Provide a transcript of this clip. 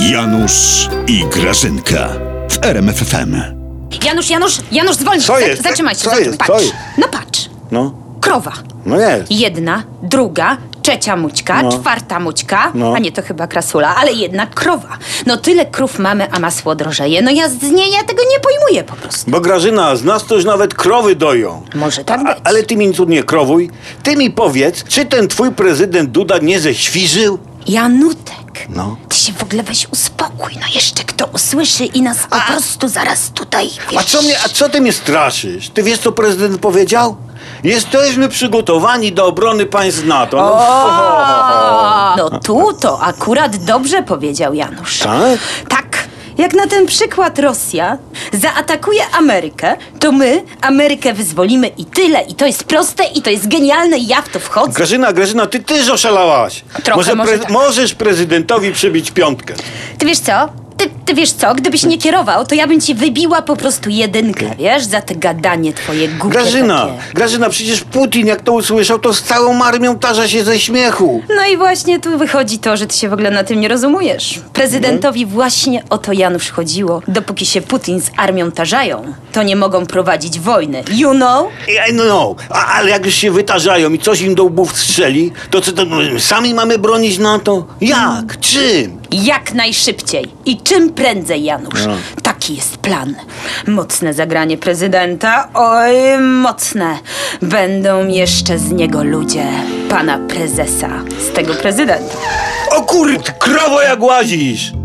Janusz i Grażynka w RMFFM. Janusz, Janusz, Janusz, zwolnij Co się, za- jest? zatrzymaj się, Co zatrzymaj. jest? patrz. Co jest? No patrz, No, krowa. no jest. Jedna, druga, trzecia mućka, No. czwarta mućka, No. a nie to chyba krasula, ale jedna krowa. No tyle krów mamy, a masło drożeje. No ja z niej ja tego nie pojmuję po prostu. Bo Grażyna, z nas to już nawet krowy doją. Może tak A, być. ale ty mi tu nie krowuj. Ty mi powiedz, czy ten twój prezydent Duda nie zeświżył? Janutek, No. ty się w ogóle weź uspokój, no jeszcze kto usłyszy i nas po prostu zaraz tutaj, wiesz. A co, mnie, a co ty mnie straszysz? Ty wiesz, co prezydent powiedział? Jesteśmy przygotowani do obrony państw NATO. No, No tu to akurat dobrze powiedział Janusz. Tak? Tak. Jak na ten przykład Rosja zaatakuje Amerykę, to my Amerykę wyzwolimy i tyle. I to jest proste i to jest genialne i ja w to wchodzę. Grażyna, Grażyna, ty też oszalałaś. Trochę, może tak. Możesz prezydentowi przybić piątkę. Ty wiesz co? Ty, ty wiesz co? Gdybyś nie kierował, to ja bym ci wybiła po prostu jedynkę, wiesz? Za te gadanie twoje głupie Grażyna, takie. Grażyna, przecież Putin, jak to usłyszał, to z całą armią tarza się ze śmiechu. No i właśnie tu wychodzi to, że ty się w ogóle na tym nie rozumujesz. Prezydentowi właśnie o to Janusz chodziło. Dopóki się Putin z armią tarzają, to nie mogą prowadzić wojny. You know? I know, no, a, ale jak już się wytarzają i coś im do łbów strzeli, to co to my sami mamy bronić NATO? Jak? Czym? Jak najszybciej i czym prędzej, Janusz. Taki jest plan. Mocne zagranie prezydenta, oj, mocne. Będą jeszcze z niego ludzie. Pana prezesa, z tego prezydenta. O kurde, krowo jak łazisz!